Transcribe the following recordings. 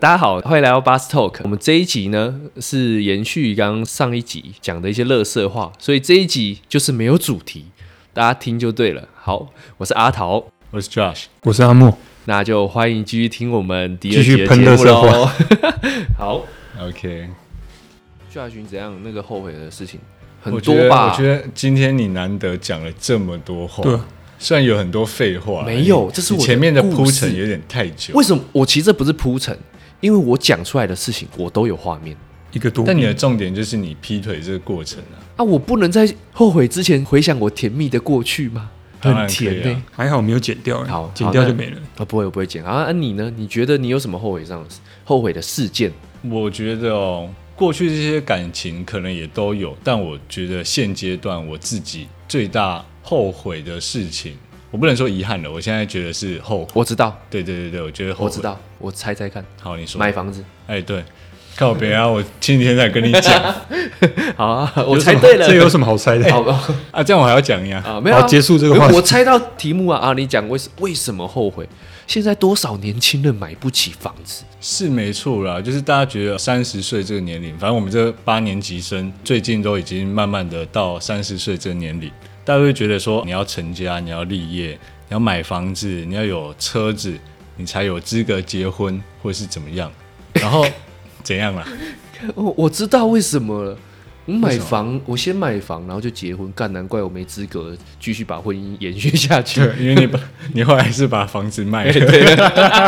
大家好，欢迎来到 Bus Talk。我们这一集呢是延续刚刚上一集讲的一些乐色话，所以这一集就是没有主题，大家听就对了。好，我是阿桃，我是 Josh，我是阿莫，那就欢迎继续听我们第二集继续的喷节目垃圾喽话。 好， OK，夏群怎样？那个后悔的事情很我觉多得吧？我觉得今天你难得讲了这么多话，对，虽然有很多废话，没有这是你我的前面的故铺事陈有点太久为。什么我其实这不是铺陈，因为我讲出来的事情我都有画面一个多但你的重点就是你劈腿这个过程啊，啊，我不能在后悔之前回想我甜蜜的过去吗？当很然可以啊甜欸呢、还好没有剪掉，好好剪掉就没了。啊，不会，我不会剪啊。啊，你呢？你觉得你有什么后悔上后悔的事件？我觉得哦，过去这些感情可能也都有，但我觉得现阶段我自己最大后悔的事情，我不能说遗憾了，我现在觉得是后悔。我知道，对对对对，我觉得后悔。我知。道，我猜猜看，好，你说。买房子。哎，对，靠别啊！我前几天才跟你 讲好啊，我有什猜么对了。哦这有什么好猜的？好吧？啊，这样我还要讲呀。啊，没有啊好结束这个话题我猜到题目啊啊！你讲为什为什么后悔？现在多少年轻人买不起房子？是没错啦，就是大家觉得三十岁这个年龄，反正我们这八年级生最近都已经慢慢的到三十岁这个年龄，大家会觉得说你要成家，你要立业，你要买房子，你要有车子，你才有资格结婚或是怎么样，然后 怎样啦？我我知道为什么了。我买为什么房，我先买房，然后就结婚，干难怪我没资格继续把婚姻延续下去。对，因为你把你后来是把房子卖了。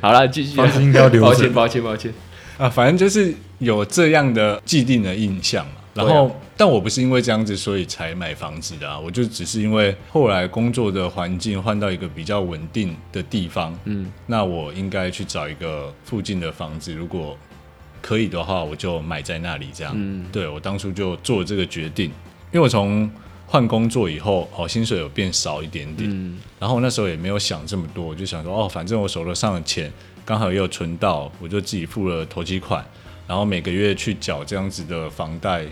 好了，继续啊。房子应该要留着抱歉，抱歉，抱歉。啊，反正就是有这样的既定的印象嘛。然后，但我不是因为这样子所以才买房子的啊，我就只是因为后来工作的环境换到一个比较稳定的地方，嗯，那我应该去找一个附近的房子，如果可以的话，我就买在那里这样。嗯，对我当初就做这个决定，因为我从换工作以后，哦，薪水有变少一点点，然后我那时候也没有想这么多，我就想说，哦，反正我手头上的钱刚好也有存到，我就自己付了投机款，然后每个月去缴这样子的房贷，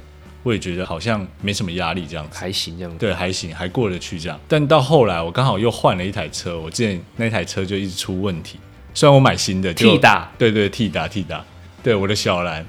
我也觉得好像没什么压力这样子。还行这样。对，还行，还过得去这样。但到后来，我刚好又换了一台车，我之前那台车就一直出问题。虽然我买新的，就替打，对对，替打替打，对我的小蓝，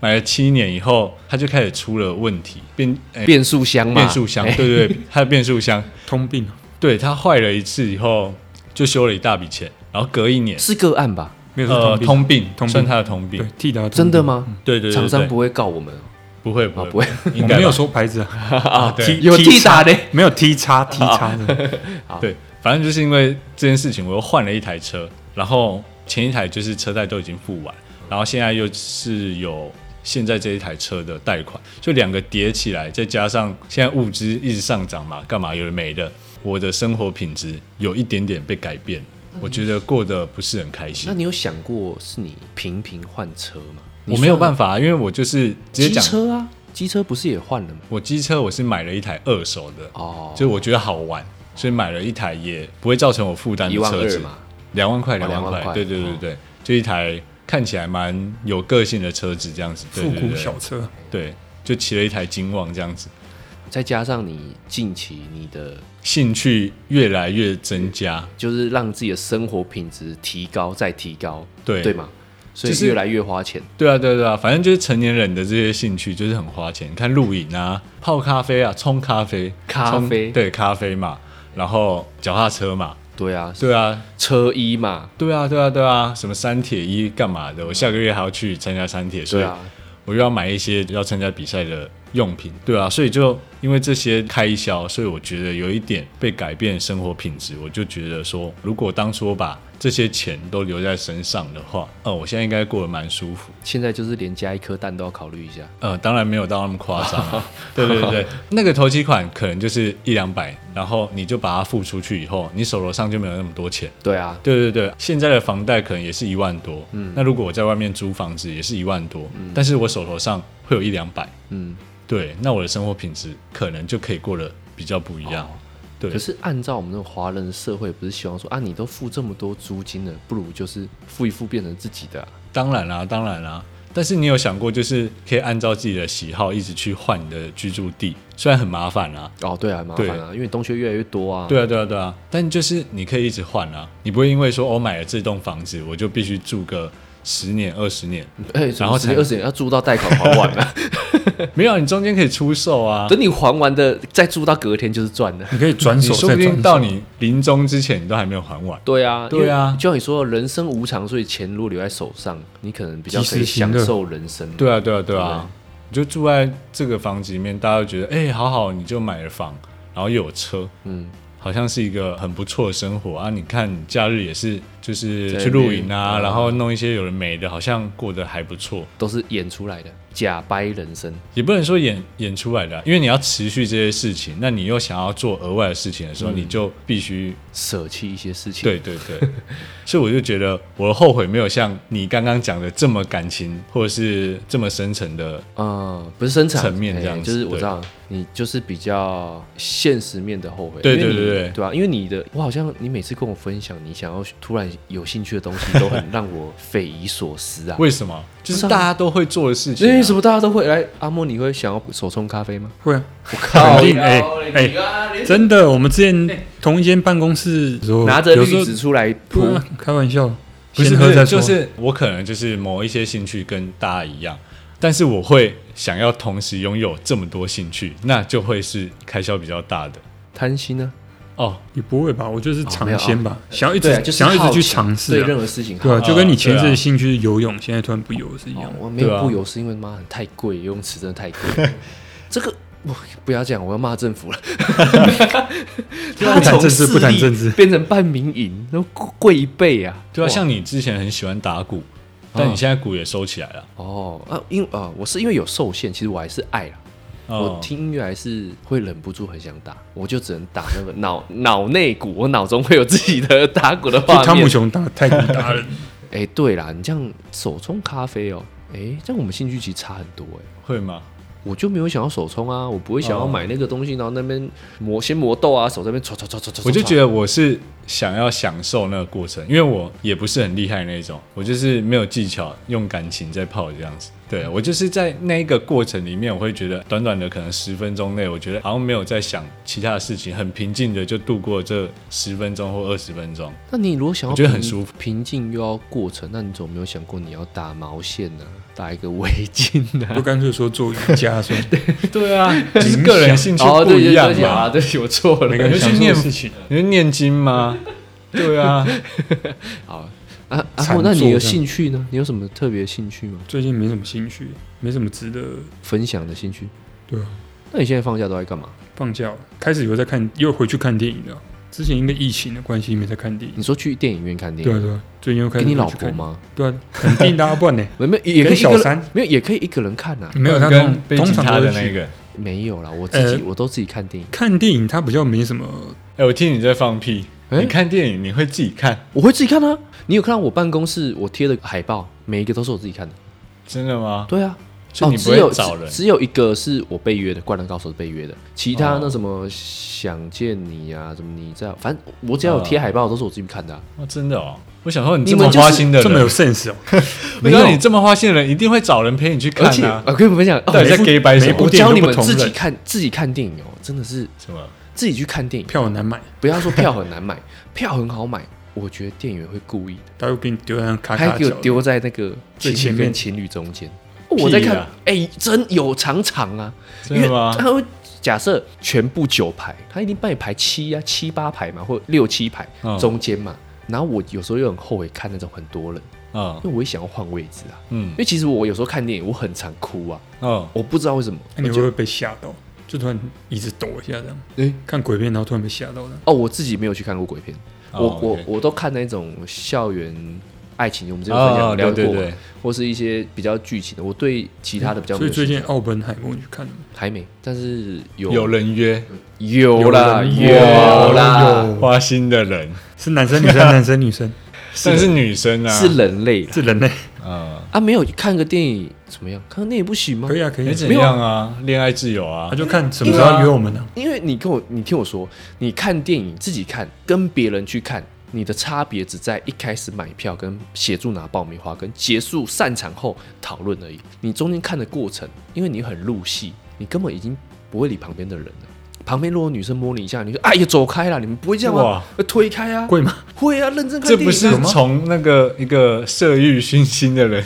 买了七年以后，它就开始出了问题，变、哎变速箱嘛，变速箱，哎对对，它的变速箱，通病啊对它坏了一次以后，就修了一大笔钱，然后隔一年，是个案吧？没有呃，说通通病，通病算它的通病对，替打真的？吗？嗯对对对对厂商不会告我们哦不会啊，不不会会，我应们该没有吧说牌子啊，啊对啊，T- 有替打的 T 叉没有 T 叉 T 叉的，对，反正就是因为这件事情，我又换了一台车，然后前一台就是车贷都已经付完，然后现在又是有现在这一台车的贷款，就两个叠起来，再加上现在物资一直上涨嘛，干嘛有的没的，我的生活品质有一点点被改变，我觉得过得不是很开那心。你有想过是你频频换车吗？我没有办法，法、啊因为我就是直接机讲，车啊，机车不是也换了吗？我机车我是买了一台二手的，哦，就是我觉得好玩，所以买了一台也不会造成我负担的车12,000子嘛，两万块，哦两2万万块块，对对对对，就一台看起来蛮有个性的车子这样子，对复对古对小车，对，就骑了一台金旺这样子，再加上你近期你的兴趣越来越增加，就是让自己的生活品质提高再提高，对对吗？所以就是越来越花钱，对啊，对啊对啊，反正就是成年人的这些兴趣就是很花钱，你看露营啊、泡咖啡啊、冲咖啡、咖冲啡对咖啡嘛，然后脚踏车嘛，对啊，对啊，车衣嘛，对啊，对啊，对啊，什么三铁一干嘛的？我下个月还要去参加三铁，所对以啊，我又要买一些要参加比赛的用品，对啊，所以就因为这些开销，所以我觉得有一点被改变生活品质，我就觉得说，如果当初我把这些钱都留在身上的话，呃，我现在应该过得蛮舒服。现在就是连加一颗蛋都要考虑一下。呃，当然没有到那么夸张、 啊，对对对，那个投期款可能就是一两百，然后你就把它付出去以后，你手头上就没有那么多钱。对啊，对对对，现在的房贷可能也是一万多，嗯那如果我在外面租房子也是一万多，但是我手头上会有一两百，嗯，对，那我的生活品质可能就可以过得比较不一样，对哦可，是按照我们那种华人社会，不是希望说啊，你都付这么多租金了，不如就是付一付变成自己的啊、当然啦、当然啦、但是你有想过，就是可以按照自己的喜好一直去换你的居住地，虽然很麻烦啊，哦，对啊，很麻烦啊，因为东西越来越多啊。，对啊，对啊，对哦啊，但就是你可以一直换啊，你不会因为说我、买了这栋房子，我就必须住个十年、二 十年，哎，然后十年才二十年要住到贷款还完 了，没有，你中间可以出售啊。等你还完的再住到隔天就是赚的。你可以转你手说再不转定手到你临终之前，你都还没有还完。 对啊，因为对啊就像你说，人生无常，所以钱如果留在手上，你可能比较及时可以行享乐受人生。对啊，对啊，对啊，你就住在这个房子里面，大家都觉得哎、好好，你就买了房，然后又有车，嗯，好像是一个很不错的生活啊。你看你假日也是，就是在去露营那啊，边然后弄一些有的没的，好像过得还不错。都是演出来的，假掰人生。也不能说演演出来的啊、因为你要持续这些事情，那你又想要做额外的事情的时候，你就必须舍弃一些事情。，对对对，所以我就觉得我的后悔没有像你刚刚讲的这么感情或者是这么深沉的，嗯，不是生产层面这样子就是我对知道你就是比较现实面的后悔。对因为对你对对对啊吧？因为你的，我好像你每次跟我分享你想要突然有兴趣的东西，都很让我匪夷所思啊。为什么？就是不是啊大家都会做的事情、因啊。为什么大家都会来？阿莫，你会想要手冲咖啡吗？会啊，靠肯定哎哎，真的，我们之前同一间办公室的时候，哎拿着有绿时候纸出来铺不，啊开玩笑，不是先不喝是，再就说，是我可能就是某一些兴趣跟大家一样，但是我会想要同时拥有这么多兴趣，那就会是开销比较大的贪心呢？哦。也不会吧？我就是没尝有鲜吧，想要一对啊，直就是想要一好直去奇尝试对啊，任何事情好奇。对啊，就跟你前一阵对啊的兴趣是游泳，现在突然不游是一样哦的。我没有对啊不游是因为妈太贵，游泳池真的太贵 了。这个我不要讲，我要骂政府 了。不谈政治不谈政治变成半民营，都贵一倍啊！对啊，哇嗯像你之前很喜欢打鼓，但你现在鼓也收起来了。哦啊，因啊、我是因为有受限，其实我还是爱啦。哦我听音乐还是会忍不住很想打，我就只能打那个脑脑内鼓，我脑中会有自己的打鼓的画就面。汤姆熊打太鼓达人，哎、对啦，你这样手冲咖啡哦，哎、这样我们兴趣其实差很多哎、会吗？我就没有想要手冲啊，我不会想要哦买那个东西，然后那边磨先磨豆啊，手在那边搓搓搓搓搓。我就觉得得我是想要享受那个过程，因为我也不是很厉害那种，我就是没有技巧，用感情在泡这样子。对我就是在那一个过程里面，我会觉得短短的可能十分钟内，我觉得好像没有在想其他的事情，很平静的就度过这十分钟或二十分 钟。那你如果想要我觉得平很舒服，平静又要过程，那你怎么没有想过你要打毛线呢、打一个围巾呢、 就干脆说做瑜伽算了，对 啊， 就是个人兴趣哦，不对一对样对嘛。啊，对不起，我错了。每个人你就去享受的念事情。你是念经吗？对啊，好啊啊，禅莫那你的坐这样兴趣呢？你有什么特别的兴趣吗？最近没什么兴趣，没什么值得。分享的兴趣？对啊，那你现在放假都在干嘛？放假了开始有在看，又回去看电影了。之前因为疫情的关系没在看电影你。说去电影院看电对啊影，对啊，最近又开始跟你老回去看婆？吗？对啊，肯定的啊，不然呢？ 没有没有，也可以跟一个小人三没有，也可以一个人看啊。 没有，他跟通被吉通常他都的会那去个。没有啦，我自己呃我都自己看电影，看电影，他比较没什么。哎、我听你在放屁。哎嗯你看电影你会自己看？我会自己看啊。你有看到我办公室我贴的海报，每一个都是我自己看的。真的吗？对啊，所以哦你不只有会找人？只，只有一个是我被约的，《灌篮高手》是被约的，其他哦那什么想见你啊，什么你在，反正我只要有贴海报都是我自己看的啊、哦，真的哦，我想说你这你么们就是花心的人，这么有 sense 哦，我想说你这么花心的人一定会找人陪你去看而且啊。我跟你们分享，哦到底在每部 gay 掰什每部么我不？电教影你都们不同自己人看自己看电影哦，真的是什么？自己去看电影，票很难买，不要说票很难买， 票很好买，我觉得店员会故意的，他会给你丢在那卡他卡还给角我的。丢在那个最情前侣跟面情侣中间。我在看屁啊，哎、真有常常啊，真的吗因为？他会假设全部九排，他一定帮你排七啊，七八排嘛，或六七排、嗯中间嘛。然后我有时候又很后悔看那种很多人，嗯因为我也想要换位置啊。嗯因为其实我有时候看电影，我很常哭啊，嗯，我不知道为什么。那你会不会被吓到？就突然椅子抖一下这样。诶看鬼片，然后突然被吓到了。哦，我自己没有去看过鬼片，哦我 OK 我我都看那种校园爱情，我们之前有分享、哦聊对过嘛对对或是一些比较剧情的。我对其他的比较没所以有兴最趣、近奥本海默你去看了吗？还没，但是有哦有人约有啦有人有啦，有花心的人，是男生女 生，男生女生但是女生啊，是人类啦是 人类，嗯，啊，没有看个电影怎么样？看个电影不行吗可？以啊，可以没啊。怎样啊，恋爱自由啊他，就看什么时候要约我们呢？因为你跟我，你听我说，你看电影自己看，跟别人去看，你的差别只在一开始买票、跟协助拿爆米花、跟结束散场后讨论而已。你中间看的过程，因为你很入戏，你根本已经不会理旁边的人了。旁边如果有女生摸你一下，你就哎呀走开啦，你们不会这样吗哇？呃推开啊，贵吗？会啊，认真看这电影啊、不是从那个一个色欲熏心的人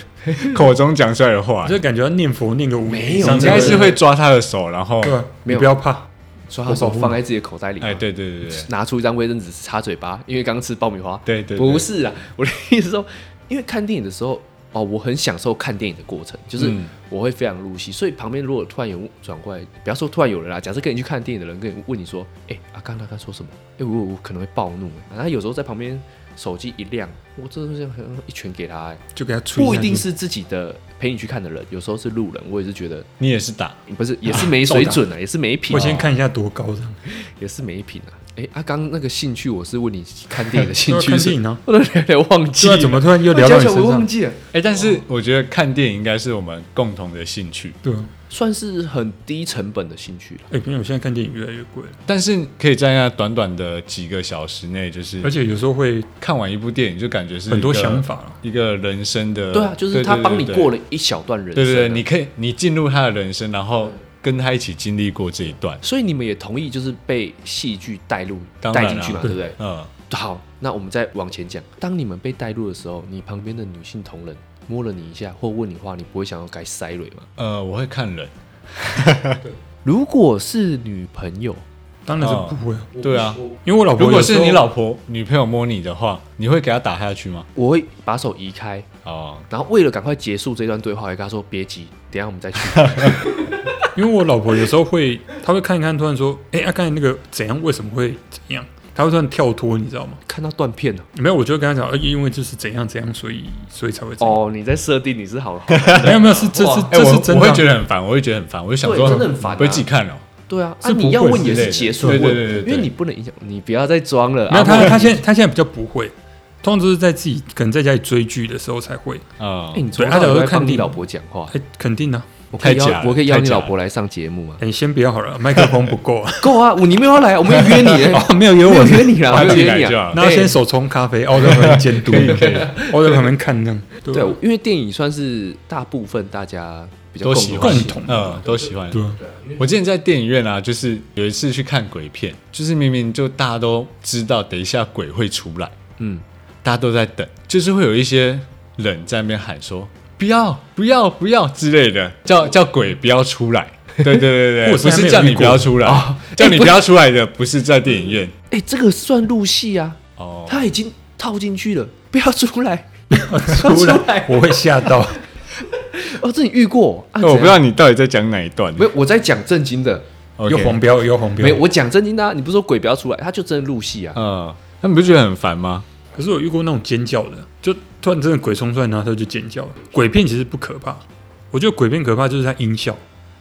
口中讲出来的话啊我，就感觉要念佛念个五年没有以上应才，该是会抓他的手，然后对吧，啊没你有不要怕，抓他手放在自己的口袋里，哎，，对对对对拿出一张卫生纸擦嘴巴，因为刚吃爆米花。对对，对不是啊，我的意思是说，因为看电影的时候，哦，我很享受看电影的过程，就是嗯我会非常入戏。所以旁边如果突然有人转过来，不要说突然有人啦，啊假设跟你去看电影的人跟你问你说，哎、阿刚刚刚说什么？哎、我我可能会暴怒、欸。然后有时候在旁边手机一亮，我真的是想一拳给他、欸。就给他吹。不一定，是自己的陪你去看的人，有时候是路人，我也是觉得嗯你也是打，不是，也是没水准啊，也是没品我啊，先看一下多高这样。也是没品啊。哎、阿刚那个兴趣，我是问你看电影的兴趣看是电影啊，我都有点忘记对啊，了，怎么突然又聊到你身我忘上？记了，哎，但是我觉得看电影应该是我们共同的兴趣，对啊，算是很低成本的兴趣了。哎，朋友，现在看电影越来越贵了，但是可以在那短短的几个小时内，就是而且有时候会看完一部电影就感觉是一个很多想法啊了。一个人生的，对啊，就是他帮你对对对对过了一小段人生、对对对，你。可以你进入他的人生，然后跟他一起经历过这一段，所以你们也同意，就是被戏剧带入、当然带啦进去嘛，对对不对？嗯，好，那我们再往前讲。当你们被带入的时候，你旁边的女性同仁摸了你一下或问你话，你不会想要该塞蕊吗？呃，我会看人，如果是女朋友，当然是不会啊，对啊，因为我老婆如果有时是候你老婆女朋友摸你的话，你会给她打下去吗？我会把手移开，哦，然后为了赶快结束这段对话，我会跟她说别急，等一下我们再去。 因为我老婆有时候会，她会看一看，突然说：“哎、啊，刚才那个怎样？为什么会怎 样？”她会突然跳脱，你知道吗？看到断片了，没有，我就跟她讲，呃，因为就是怎样怎样，所以所以才会这样。哦，你在设定你是好，没有没有，是这是哇哎、这我是真我的会啊、觉得很烦，我会觉得很烦，我就想说，对真的很烦啊不会自己看哦。 对啊，啊是不会你要问也之类是的结束问，对对对对对因为你不能影响，你不要再装了。没有啊她我她现在她现在比较不会，通常都是在自己可能在家里追剧的时候才会。啊、哎，你从对头她到假如尾都在看帮你电老影婆讲话哎、，肯定啊，我可以太假邀了我可以邀你太假老了婆来上节目吗哎、？你先不要好了，麦克风不 够啊，够啊，我你没有要来，我没有约你欸，哦，没有有没我有。约 你啦，他没有自己约改你就啊好。然后先手冲咖啡，哦，我在旁边监督， 我在旁边看这样，对对啊对，因为电影算是大部分大家比较都共喜同欢，兴共同嗯，都喜欢。对啊，我之前在电影院啊，就是有一次去看鬼片，就是明明就大家都知道，等一下鬼会出来，嗯，大家都在等，就是会有一些人在那边喊说“不要，不要，不要”之类的，叫叫鬼不要出 来。对对对对，我不是还没有是叫遇你过不要出来，哦叫哎你不不要出来的不是在电影院哎，这个算入戏啊，哦，他已经套进去了，不要出来，出出来来我会 吓到，哦，这你遇过？啊 那我不知，道怎样你到底在讲哪一段，没有，我在讲正经的，有黄标有黄标，没有，我讲正经的啊，你不是说鬼不要出来，他就真的入戏啊，嗯，那你不觉得很烦吗？可是我遇过那种尖叫的，就突然真的鬼冲出来，然后他就尖叫了。鬼片其实不可怕，我觉得鬼片可怕就是它音效，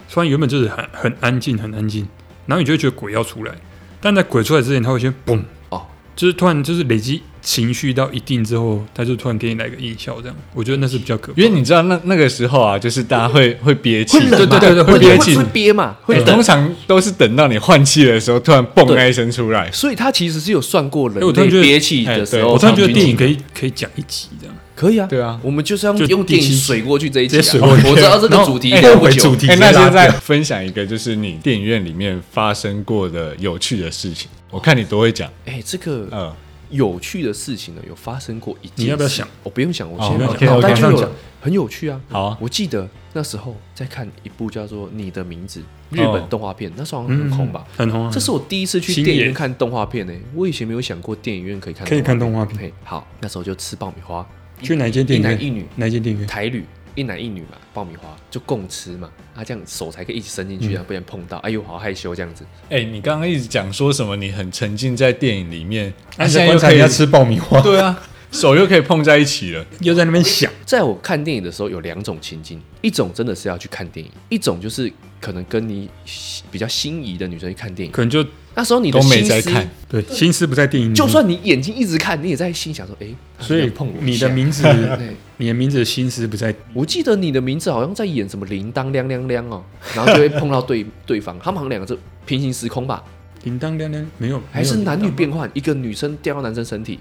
虽然原本就是很很安静很安静，然后你就会觉得鬼要出来，但在鬼出来之前，他会先嘣哦，就是突然就是累积情绪到一定之后，他就突然给你来个音效，这样我觉得那是比较可怕因。为你知道那那个时候啊，就是大家会会憋气，会冷对嘛对对对，会憋会气会，憋嘛，会哎冷通。常都是等到你换气的时候，突然嘣对那一声出来。所以他其实是有算过人哎我突类然觉得憋气的时哎对候，我突然觉得平均电影值可以可以讲一集这样，可以啊，对啊我们就是要就用电影第七集水过去这一集啊直接水过去我知道这个然后主题哎过不回久主题哎，直接那拉现在掉分享一个，就是你电影院里面发生过的有趣的事情，我看你都会讲。哎、这啊个嗯，有趣的事情呢，有发生过一件事。你要不要想？我不用想，我哦现不在用脑想袋就有 OK，OK，了，很有趣啊。好啊我记得那时候在看一部叫做《你的名字》哦日本动画片，那时候好像很红吧？很红啊。这是我第一次去星电影野院看动画片呢、我以前没有想过电影院可以看可以看动画片。片。嘿好，那时候就吃爆米花，去哪一间电影一院？男一女哪一间电影院？台旅一男一女嘛，爆米花就共吃嘛，啊，这样手才可以一起伸进嗯去，啊，不然碰到，哎呦，好害羞这样子。哎，你刚刚一直讲说什么？你很沉浸在电影里面，啊那你现在在观又察可以人家，吃爆米花，对啊，手又可以碰在一起了。 又在那边想。在我看电影的时候，有两种情境，一种真的是要去看电影，一种就是可能跟你喜比较心仪的女生去看电影。可能就那时候你的都没心在思看，对心思不在电影里面，就算你眼睛一直看，你也在心想说：“哎、她 所要以碰我一你下的名 字对，你的名字的心思不在，我记得你的名字好像在演什么铃铛亮亮亮 哦，然后就会碰到对对方，他们好像两个是平行时空 吧，铃铛亮亮没有，还是没有男铃女铛？变换，一个女生掉到男生身体，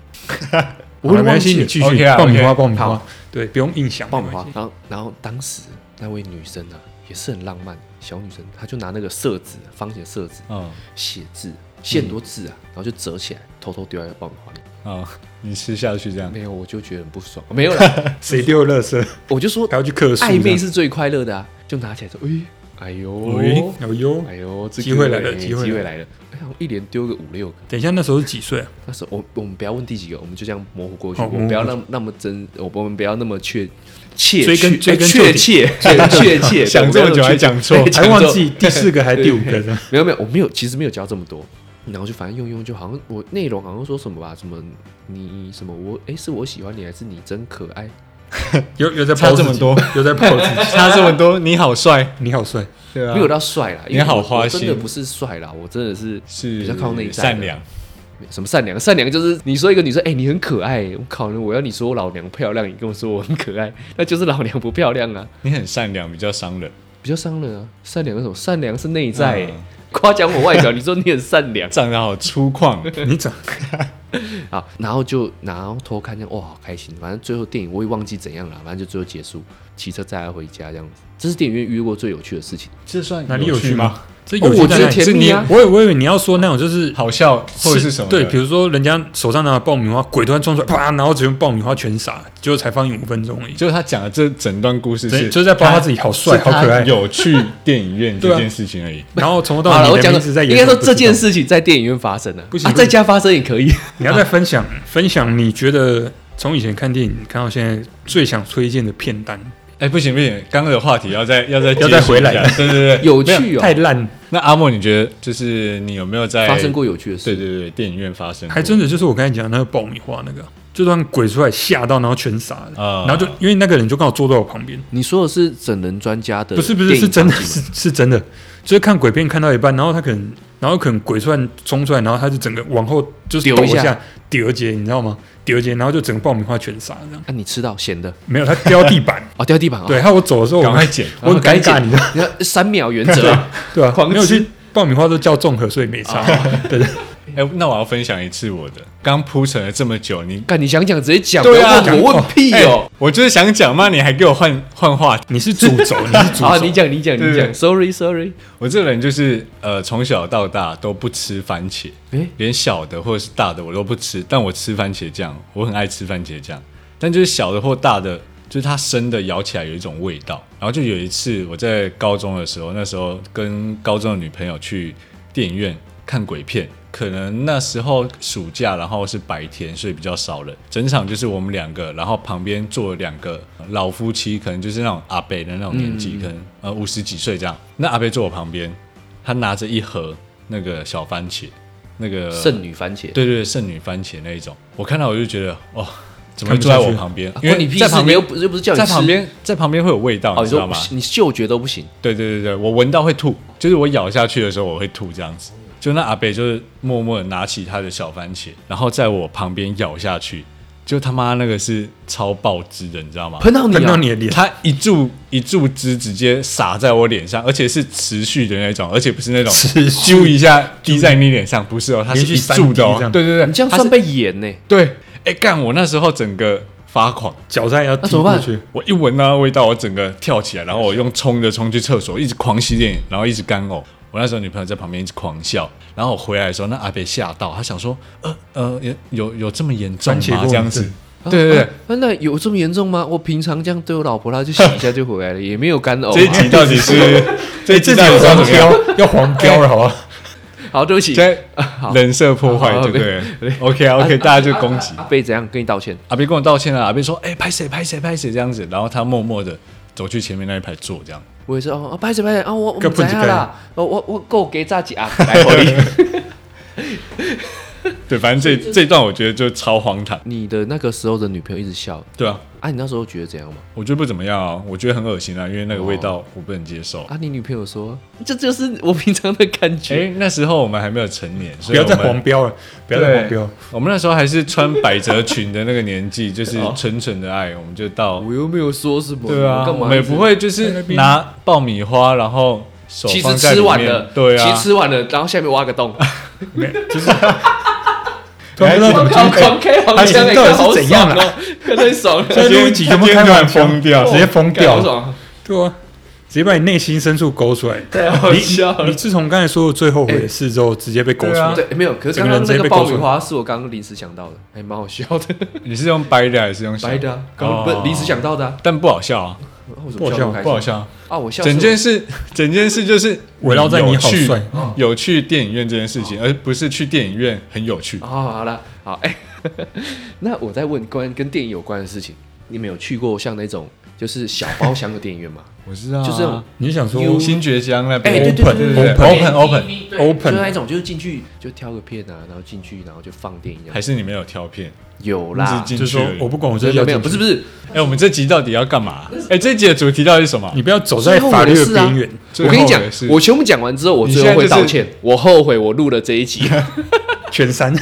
好我了也没关忘系，记你了继续 OK 啊爆米花， ，OK 爆米花好，对，不用硬想，爆米花没关。系然后然后当时那位女生呢、啊也是很浪漫的小女生，她就拿那个色纸，方形的色纸嗯写字，写很多字啊，然后就折起来，偷偷丢在爆米花里。嗯，你吃下去这样，没有，我就觉得很不爽，没有 啦，谁丢垃圾我就说还要去克数？暧昧是最快乐的啊，就拿起来说，哎，哎呦，哎呦，哎呦，这个机会来了哎机机会来了会来了，哎呀，我一连丢个五六个。等一下那时候是几岁啊？那时候我我们不要问第几个，我们就这样模糊过去，好我们不要哦模那么那么真，我我们不要那么确切追根确追根究确底切确 切，想对这么我们不要那么确久还切 讲错对还哎忘讲错记第四个还是第五个的？没有没有，我没有，其实没有教这么多。然后就反正用用，就好像我内容好像说什么吧，什么你什么我，哎，是我喜欢你，还是你真可爱？又又在差泡这么自己多，又在泡自己。差这么多，你好帅，你好 帅，对啊没有到帅啦，因为你好我花我真的心不是帅啦，我真的是是比较靠内在的善良，什么善良？善良就是你说一个女生，哎，你很可爱，我靠，我要你说我老娘漂亮，你跟我说我很可爱， 那就是老娘不漂亮啊。你很善良，比较伤人，比较伤人啊。善良是什么？善良是内在、欸嗯夸奖我外表，你说你很善良长得好粗犷，你长啊，然后就然后偷看这样，哇，好开心。反正最后电影我也忘记怎样了，反正就最后结束，骑车载她回家这样子。这是电影院遇过最有趣的事情。这算哪里有趣趣吗？？这哦有趣我在觉得哪里甜是蜜你啊我以我以为你要说那种就是好笑或者是什么的？对，比如说人家手上拿的爆米花，鬼突然撞出来，啪，然后只用爆米花全撒，结果才放映五分钟而已，就是他讲的这整段故事，就是就是在包他自己好帅是好可他爱，有去电影 院对啊这件事情而已。 然后从头好到了，尾我你的讲名字在的演，应该说这件，事情在电影院发生了，不行啊，不行在家发生也可以。你要再分享分享，你觉得从以前看电影看到现在最想推荐的片单，哎，不行不行，刚刚的话题要再要再 要再接续回一来下对对对。 有趣哦、太烂，那阿莫，你觉得就是你有没有在发生？过有趣的对事。对对，电影院发生过还真的就是我刚才讲的那个爆米花那个，就让鬼出来吓到，然后全撒了，啊然后就因为那个人就刚好坐在我旁边，你说的是整人专家的不电是影不场景吗？是是真的是是真的，就是看鬼片看到一半，然后他可能然后可能鬼突然冲出来，然后他就整个往后就是丢抖一下下，第二节你知道吗？第二节，然后就整个爆米花全撒这样，啊，你吃到咸的没有他掉地板，哦，掉地 板啊、哦，对，还有我走的时候赶我快很剪，我很赶尴紧尬，你知道你看三秒原则啊，对吧、狂没有吃哦去爆米花都叫综合，所以没差，对对，哎，那我要分享一次我的，刚铺陈了这么久，你干你想讲直接讲，对啊不要问我问屁哎哦、我就是想讲嘛，你还给我换换话题。你是主 轴，你是主好，轴啊哦你。讲，你讲，对你讲。Sorry, Sorry。我这人就是呃，从小到大都不吃番茄，诶连小的或者是大的我都不吃，但我吃番茄酱，我很爱吃番茄酱。但就是小的或大的，就是它生的咬起来有一种味道。然后就有一次我在高中的时候，那时候跟高中的女朋友去电影院看鬼片，可能那时候暑假，然后是白天，所以比较少人。整场就是我们两个，然后旁边坐了两个老夫妻，可能就是那种阿伯的那种年纪，可能呃五十几岁这样。那阿伯坐我旁边，他拿着一盒那个小番茄，那个剩女番茄，对对，剩女番茄那一种，我看到我就觉得哦，怎么会看不坐在下我去旁边啊？因关为你屁在事旁没有边，不又不是叫你在旁吃边，在旁边会有味道，哦，你你知道说吗不？行你嗅觉都不行，对对对对，我闻到会吐，就是我咬下去的时候我会吐这样子。就那阿北就是默默的拿起他的小番茄，然后在我旁边咬下去，就他妈那个是超爆汁的，你知道吗？喷到你喷到啊！你的脸，他一注一注汁直接洒在我脸上，而且是持续的那种，而且不是那种持续咻一下滴在你脸上，不是哦，它是连续一三注的滴这哦。样对对对，你这样它算是被演呢？对，哎干，我那时候整个发狂，脚上也要那踢怎么过办去，我一闻到那味道，我整个跳起来，然后我用冲的冲去厕所，一直狂洗脸，然后一直干呕。我那时候女朋友在旁边一直狂笑，然后我回来的时候，那阿北吓到，他想说，呃呃，有有有这么严重番茄哦吗过？这样敏子症，啊 对对对啊，啊那有这么严重吗？我平常这样对我老婆，她就洗一下就回来了，也没有干呕这一集啊。到底 是这一集这到底是要黄怎么样？标，要黄标了，好吧？ 好，对不起，现啊好在人设破坏，好对不对？OK 啊，OK，大家就攻击。被怎样跟你道歉？阿北跟我道歉了，阿北说：“哎，拍谁拍谁拍谁这样子。”然后他默默的走去前面那一排坐，这样。我也是哦，啊拍谁拍谁啊，我我跟们不怎及样跟啦？哦我我够给炸几啊？来回应 对，反正这这一段我觉得就超荒唐。你的那个时候的女朋友一直笑对啊，啊，你那时候觉得怎样吗？我觉得不怎么样啊，我觉得很恶心啊，因为那个味道我不能接受。啊，你女朋友说这就是我平常的感哎、觉，那时候我们还没有成年，不所以要再我们黄标了，不要再黄标。。我们那时候还是穿百褶裙的那个年纪，就是哦纯纯的爱，我们就到我又没有说什么，对啊，干嘛？我们也不。会就是拿爆米花，然后手其放实在吃里完面了，对啊，其实吃完了，然后下面挖个洞，没， 就是突然不知道怎我么靠，去狂开他黄已经腔，哎到底看是好怎爽样啊 哦，看太爽了， 在录一集全部开玩笑疯掉直接疯干掉好，爽啊。对啊，直接把你内心深处勾出来。太好笑你了。哎自从刚才说的最后悔的事之后，直接被勾出对来啊。对，没有，可是刚整个人刚直接那个被爆米勾出来花是我刚刚临时想到的，还蛮好笑 的，你是用白的还是用笑白的、啊，刚刚不是哦临时想到的、啊，但不好笑啊，啊我怎不好么笑笑那么开心？不好笑啊。啊！我笑是整 件事，整件事就是围绕在你有好去帅哦有去电影院这件事情，而不是去电影院很有趣哦，。好了，好哎、 那我再问关跟电影有关的事情，你们有去过像那种就是小包厢的电影院 吗？我知道啊，就这种你是想说 You- 新觉江那哎、对边对对对对 open 对 open，对 Open 就那一种，就是进去就挑个片啊，然后进去然后就放电影这还样，是你没有挑片？有你啦只，就进是去说而已我不管，我就没是要有没有，不是不是，哎，我们这集到底要干嘛？哎，这集的主题到底是什么？你不要走在法律的啊边缘。我跟你讲最后也是，我全部讲完之后，我最后会道歉，我后悔我录了这一集，全删，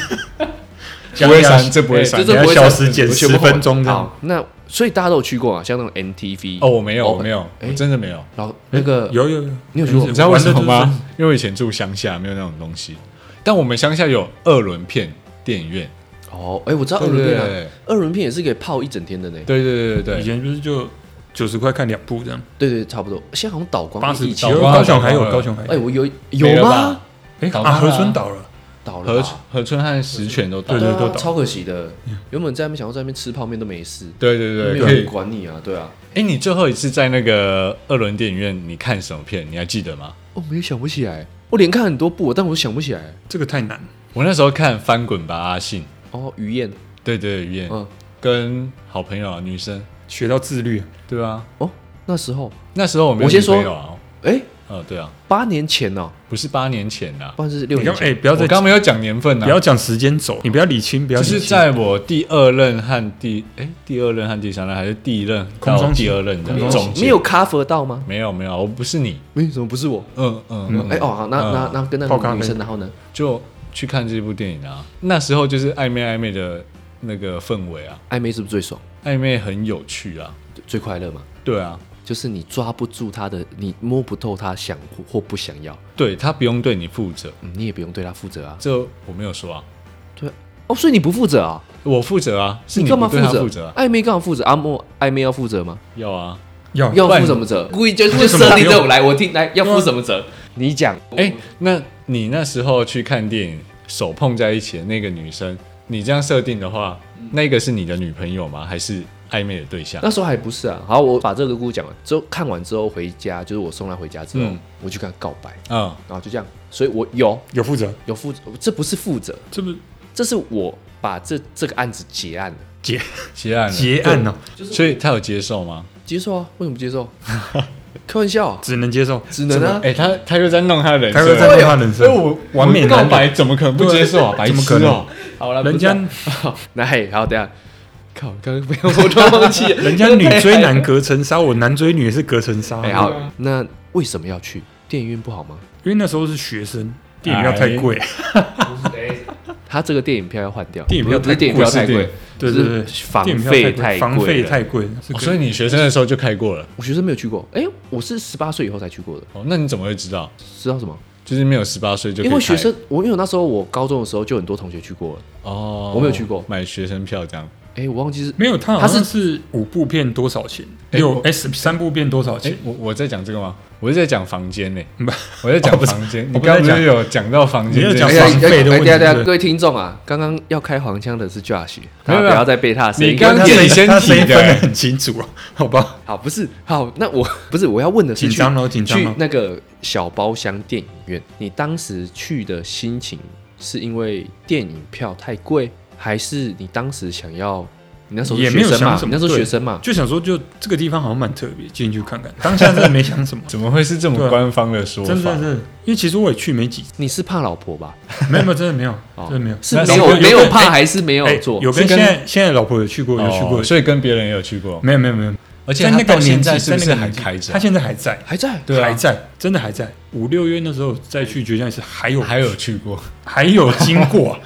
不会删， 这不会哎这删这。要不会消删失减我全部10后悔分钟这样好，那所以大家都有去过啊，像那种 NTV 哦，我没有， Open 我没有，哎我真的没有。然后那个有有有， 你有去过你知道为什么玩的吗？因为我以前住乡下，没有那种东西。但我们乡下有二轮片电影院，哦，哎，我知道二对不轮片啊，对？二轮片也是可以泡一整天的呢。对对对就是？以对对，前不是就九十块看两部这样，对对，差不多。现在好像倒光八十疫几。情倒有光了高雄还有倒光了高雄还哎，有，我有没有了吗吧？？哎倒啊，光河了村倒了，倒了和吧，和春和石泉都倒对了。对啊都倒超可惜的。原本在那边想要在那边吃泡面都没事，对对没对，有可以人管你啊，对啊。哎，你最后一次在那个二轮电影院，你看什么片？你还记得吗？我哦没有想不起来，我连看很多部，但我想不起来。这个太难。我那时候看《翻滚吧，阿信》，哦，鱼宴，对对，于燕嗯，跟好朋友啊，女生，学到自律，对啊，哦，那时候，那时候我没有我先女说朋友啊，哎，哦，对啊，八年前哦，不是八年前的，不然是六年你刚前。哎，不要我再刚没有讲年份不啊，要讲时间走，你不要理清，不要就理清是在我第二任和第哎、第二任和第三任还是第一任空窗到期第二任的空窗期总结没有 cover 到吗？没有没有，我不是你，为什么不是我？嗯嗯嗯，哎哦，好，那那嗯那跟那泡咖个啡女生，然后呢？就去看这部电影啊。那时候就是暧昧暧昧的那个氛围啊，暧昧是不是最爽、暧昧很有趣啊，最最快乐嘛？对啊，就是你抓不住他的，你摸不透他想或或不想要，对他不用对你负责，嗯，你也不用对他负责啊。这我没有说啊，对，哦，所以你不负责啊？我负责啊，是干嘛不对他责？负责啊，暧昧干嘛负责？阿莫暧昧要负责吗？要啊，要要不然负什么责？故意就就为什么设定不用这种来，我听来要负什么责？你讲，哦哎、那你那时候去看电影，手碰在一起的那个女生，你这样设定的话，那个是你的女朋友吗？还是暧昧的对象？那时候还不是啊。好，我把这个故事讲完之后，看完之后回家，就是我送她回家之后，嗯我去跟她告白，嗯，然后就这样。所以我有有负责，有负，这不是负责，这不是这是我把这这个案子结案了。结 结案了，结案哦，所以他有接受吗？接受啊？为什么不接受？ 开玩笑，只能接受，只能啊。哎、他他又在弄他的人他设，又在哎对他人所以生，我完美我男告友白怎么可能不接受啊？白怎么痴可能哦、好了，人不是啊家那嘿，好，等一下，靠，刚刚不要，我都忘记了。人 家女追男隔层纱，我男追女也是隔层纱，哎，因好，那为什么要去电影院不好吗？为那时候是学生，电影票太贵，他这个电影票要换掉，电影票不是太电影票太不是贵电，对就对是对，房电影票费太太贵房费贵了。太贵了，哦所以你学生的时候就开过了。我学生没有去过，哎，我是十八岁以后才去过的，哦，那你怎么会知道？知道什么？就是没有十八岁就可以因为开学生，我因为那时候我高中的时候就很多同学去过了，哦，我没有去过买学生票这样。哎，我忘记是没有，他好他是像是五部片多少钱？哎六我 S 三部片多少哎、钱？我我在讲这个吗？我是在讲房间呢、 不我在讲哦不是房间，我你不是在刚刚不讲是有讲到房间你这有件讲哎事？房费的问题等一下等一下对各位听众啊，刚刚要开黄腔的是 Josh，大家没有不没有要再被他的声音你刚影刚响自己先他声音提的，分得很清楚哦，好吧？好，不是好，那我不是我要问的是紧去张咯紧张咯去那个小包厢电影院，你当时去的心情是因为电影票太贵，还是你当时想要？你那时候是也没有学生想嘛什，么你那时候对学生嘛，就想说，就这个地方好像蛮特别，进去看看。当下真的没想什么怎么会是这对么啊官方的说法？真的是，因为其实我也去没几次，你是怕老婆吧？没有没有，真的没有，哦真的没有。是那没是有有没有跟怕，还是没哎有做？有跟是现跟在现在老婆有去过，有去过哦，，所以跟别人也有去过，没有没有没有。而且在他那个到现年纪，在是不在是那个还年纪开着他？现在还在，还在？对啊还在，真的还在。五六月那时候再去决战是还有还有去 过，还有经过啊，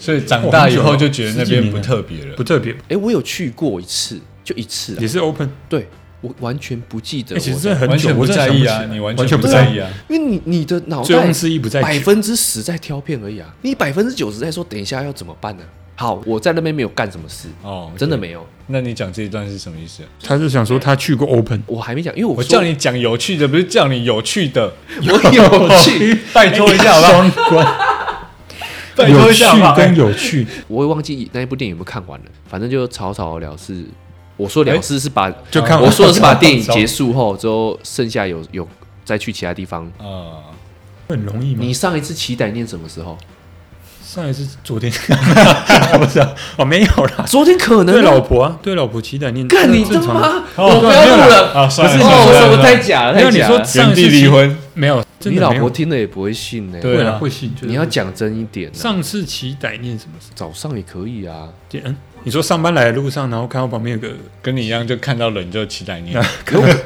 所以长大以哦后很就久了觉得那十几边年不了特别了不。特别，哎，我有去过一次，就一次啊也，是 open。对我完全不记得哎，我其实在。真的很完久，全我不真的在想意不起啊，来你完全不不在在意啊，因为你你的脑醉翁袋之意不在百酒，分之十在挑片而已啊，你百分之九十在说等一下要怎么办呢、好，我在那边没有干什么事，哦，真的。没有。那你讲这一段是什么意思？他就想说他去 过 Open，我还没讲，因为我我说叫你讲有趣的，不是叫你有趣 的，哦我有去，拜托一下好不好？双关，拜托有一趣下好不好？跟有趣，我也忘记那一部电影有没有看完了，反正就草草了事。我说了事是把、就看哦我说的是把电影结束后之后，剩下有有再去其他地方。啊，很容易嘛。你上一次期待念什么时候？上一次是 昨天，不是啊， 哦，没有啦，昨天可能对啊老婆啊，对老婆期待念，干你他正常。妈！好我不要录了。啊，算了不是算哦，了我算说了我太假了，没有太你假说了。上原一次地离婚，没有，真你的老没有婆听了也不会信呢。对会啊啦会信，绝对你要会讲真一点啊。上次期待念什么时早上也可以啊，间？嗯，你说上班来的路上，然后看到旁边有个，跟你一样，就看到人就期待你。有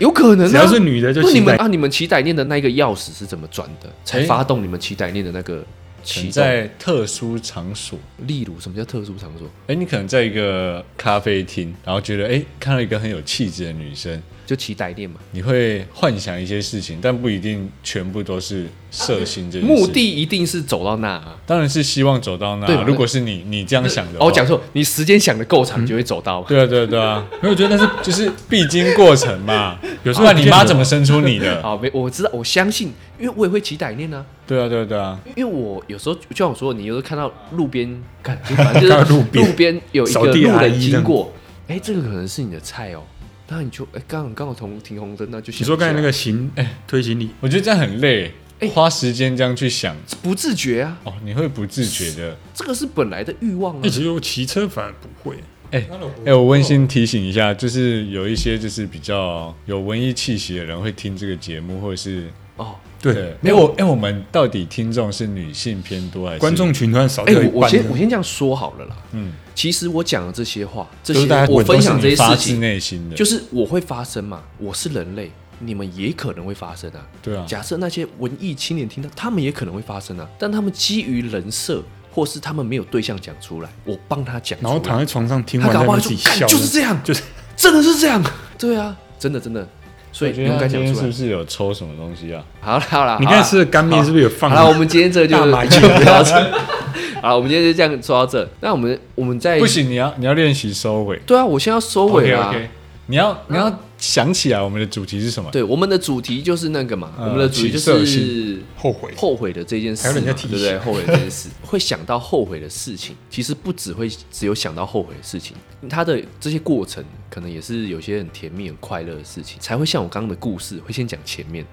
有可能啊。只要是女的就那你期们待，啊，你们起歹念的那个钥匙是怎么转的？才哎发动你们起歹念的那个起请动？在特殊场所，例如什么叫特殊场所？哎，你可能在一个咖啡厅，然后觉得哎，看到一个很有气质的女生，就起歹念嘛，你会幻想一些事情，但不一定全部都是色心这件事目的一定是走到那啊。当然是希望走到那。对嘛如果是你，你这样想的话，哦，我讲错，你时间想的够长，你就会走到。嗯对啊，对啊，对啊，因为我觉得那是就是必经过程 嘛。有时不候然哦你妈怎么生出你 的？好，没，我知道，我相信，因为我也会起歹念啊。对啊，对啊，对啊，因为我有时候就像我说，你有时候看到路边，看，反正就是 看到路边边有一扫个地路阿人姨这经样过，哎、这个可能是你的菜哦。那你就哎，刚好刚好从停红灯，那就想你说一下刚才那个行哎推行李，我觉得这样很累，哎花时间这样去想，不自觉啊，哦，你会不自觉的。这个是本来的欲望啊一。直有骑车反而不会。哎他老婆哎、我温馨提醒一下，就是有一些就是比较有文艺气息的人会听这个节目，或者是哦，对，没有哎、我们到底听众是女性偏多还是观？众群突然少哎、掉一我我哦半先我了，先这样说好了啦。嗯，其实我讲的这些话，这都些是大家我我分享都这些是你发事自情，内心的，就是是我会发生嘛，我是人类，你们也可能会发生啊。对啊，假设那些文艺青年听到，他们也可能会发生啊，但他们基于人设，或是他们没有对象讲出来，我帮他讲出然来，后躺在床上听他完搞在不那好边自就己干笑，就是这样，就是真的是这样，对啊，真的真的，所以我觉得勇他敢今讲天出是来不。是有抽什么东西啊？好了好了，你好啦看吃的干面是不是有放？好了，我们今天这个就 大麻就到这。好了，我们今天就这样说到这。那我们我们在不行，你要你要练习收尾。对啊，我现在要收尾了啊。 OK，OK 你要你要想起来我们的主题是什么？对，我们的主题就是那个嘛，呃我们的主题就起色是后悔，后悔的这件事还嘛，有对人在提不对？后悔的这件事， 会想到后悔的事情，其实不只会只有想到后悔的事情，它的这些过程可能也是有些很甜蜜、很快乐的事情，才会像我刚刚的故事，会先讲前面，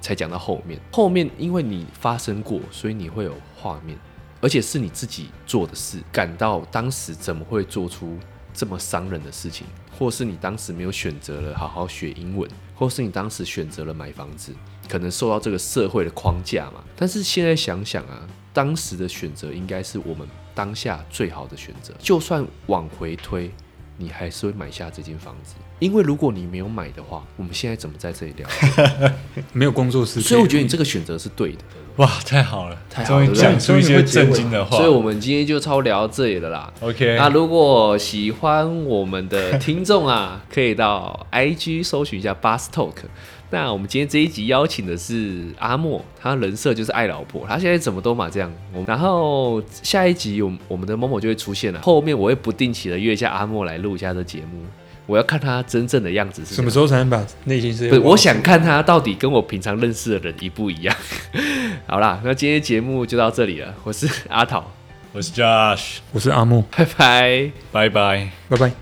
才讲到后面。后面因为你发生过，所以你会有画面，而且是你自己做的事，感到当时怎么会做出这么伤人的事情，或是你当时没有选择了好好学英文，或是你当时选择了买房子，可能受到这个社会的框架嘛。但是现在想想啊，当时的选择应该是我们当下最好的选择，就算往回推。你还是会买下这间房子，因为如果你没有买的话，我们现在怎么在这里聊？没有工作室可以，所以我觉得你这个选择是对的。哇，太好了，太好终了于讲出一些震惊的话。所以我们今天就差不多聊到这里了啦。 OK，那如果喜欢我们的听众啊， 可以到 IG 搜寻一下 Bus Talk。那我们今天这一集邀请的是阿莫，他人设就是爱老婆，他现在怎么都嘛这样。我们然后下一集我们我们的某某就会出现了，后面我会不定期的约一下阿莫来录一下这节目，我要看他真正的样子是什怎样么时候才能把内心世界不是，忘了？我想看他到底跟我平常认识的人一不一样。 好啦，那今天节目就到这里了，我是阿桃，我是 Josh，我是阿莫，拜拜。拜拜。拜拜。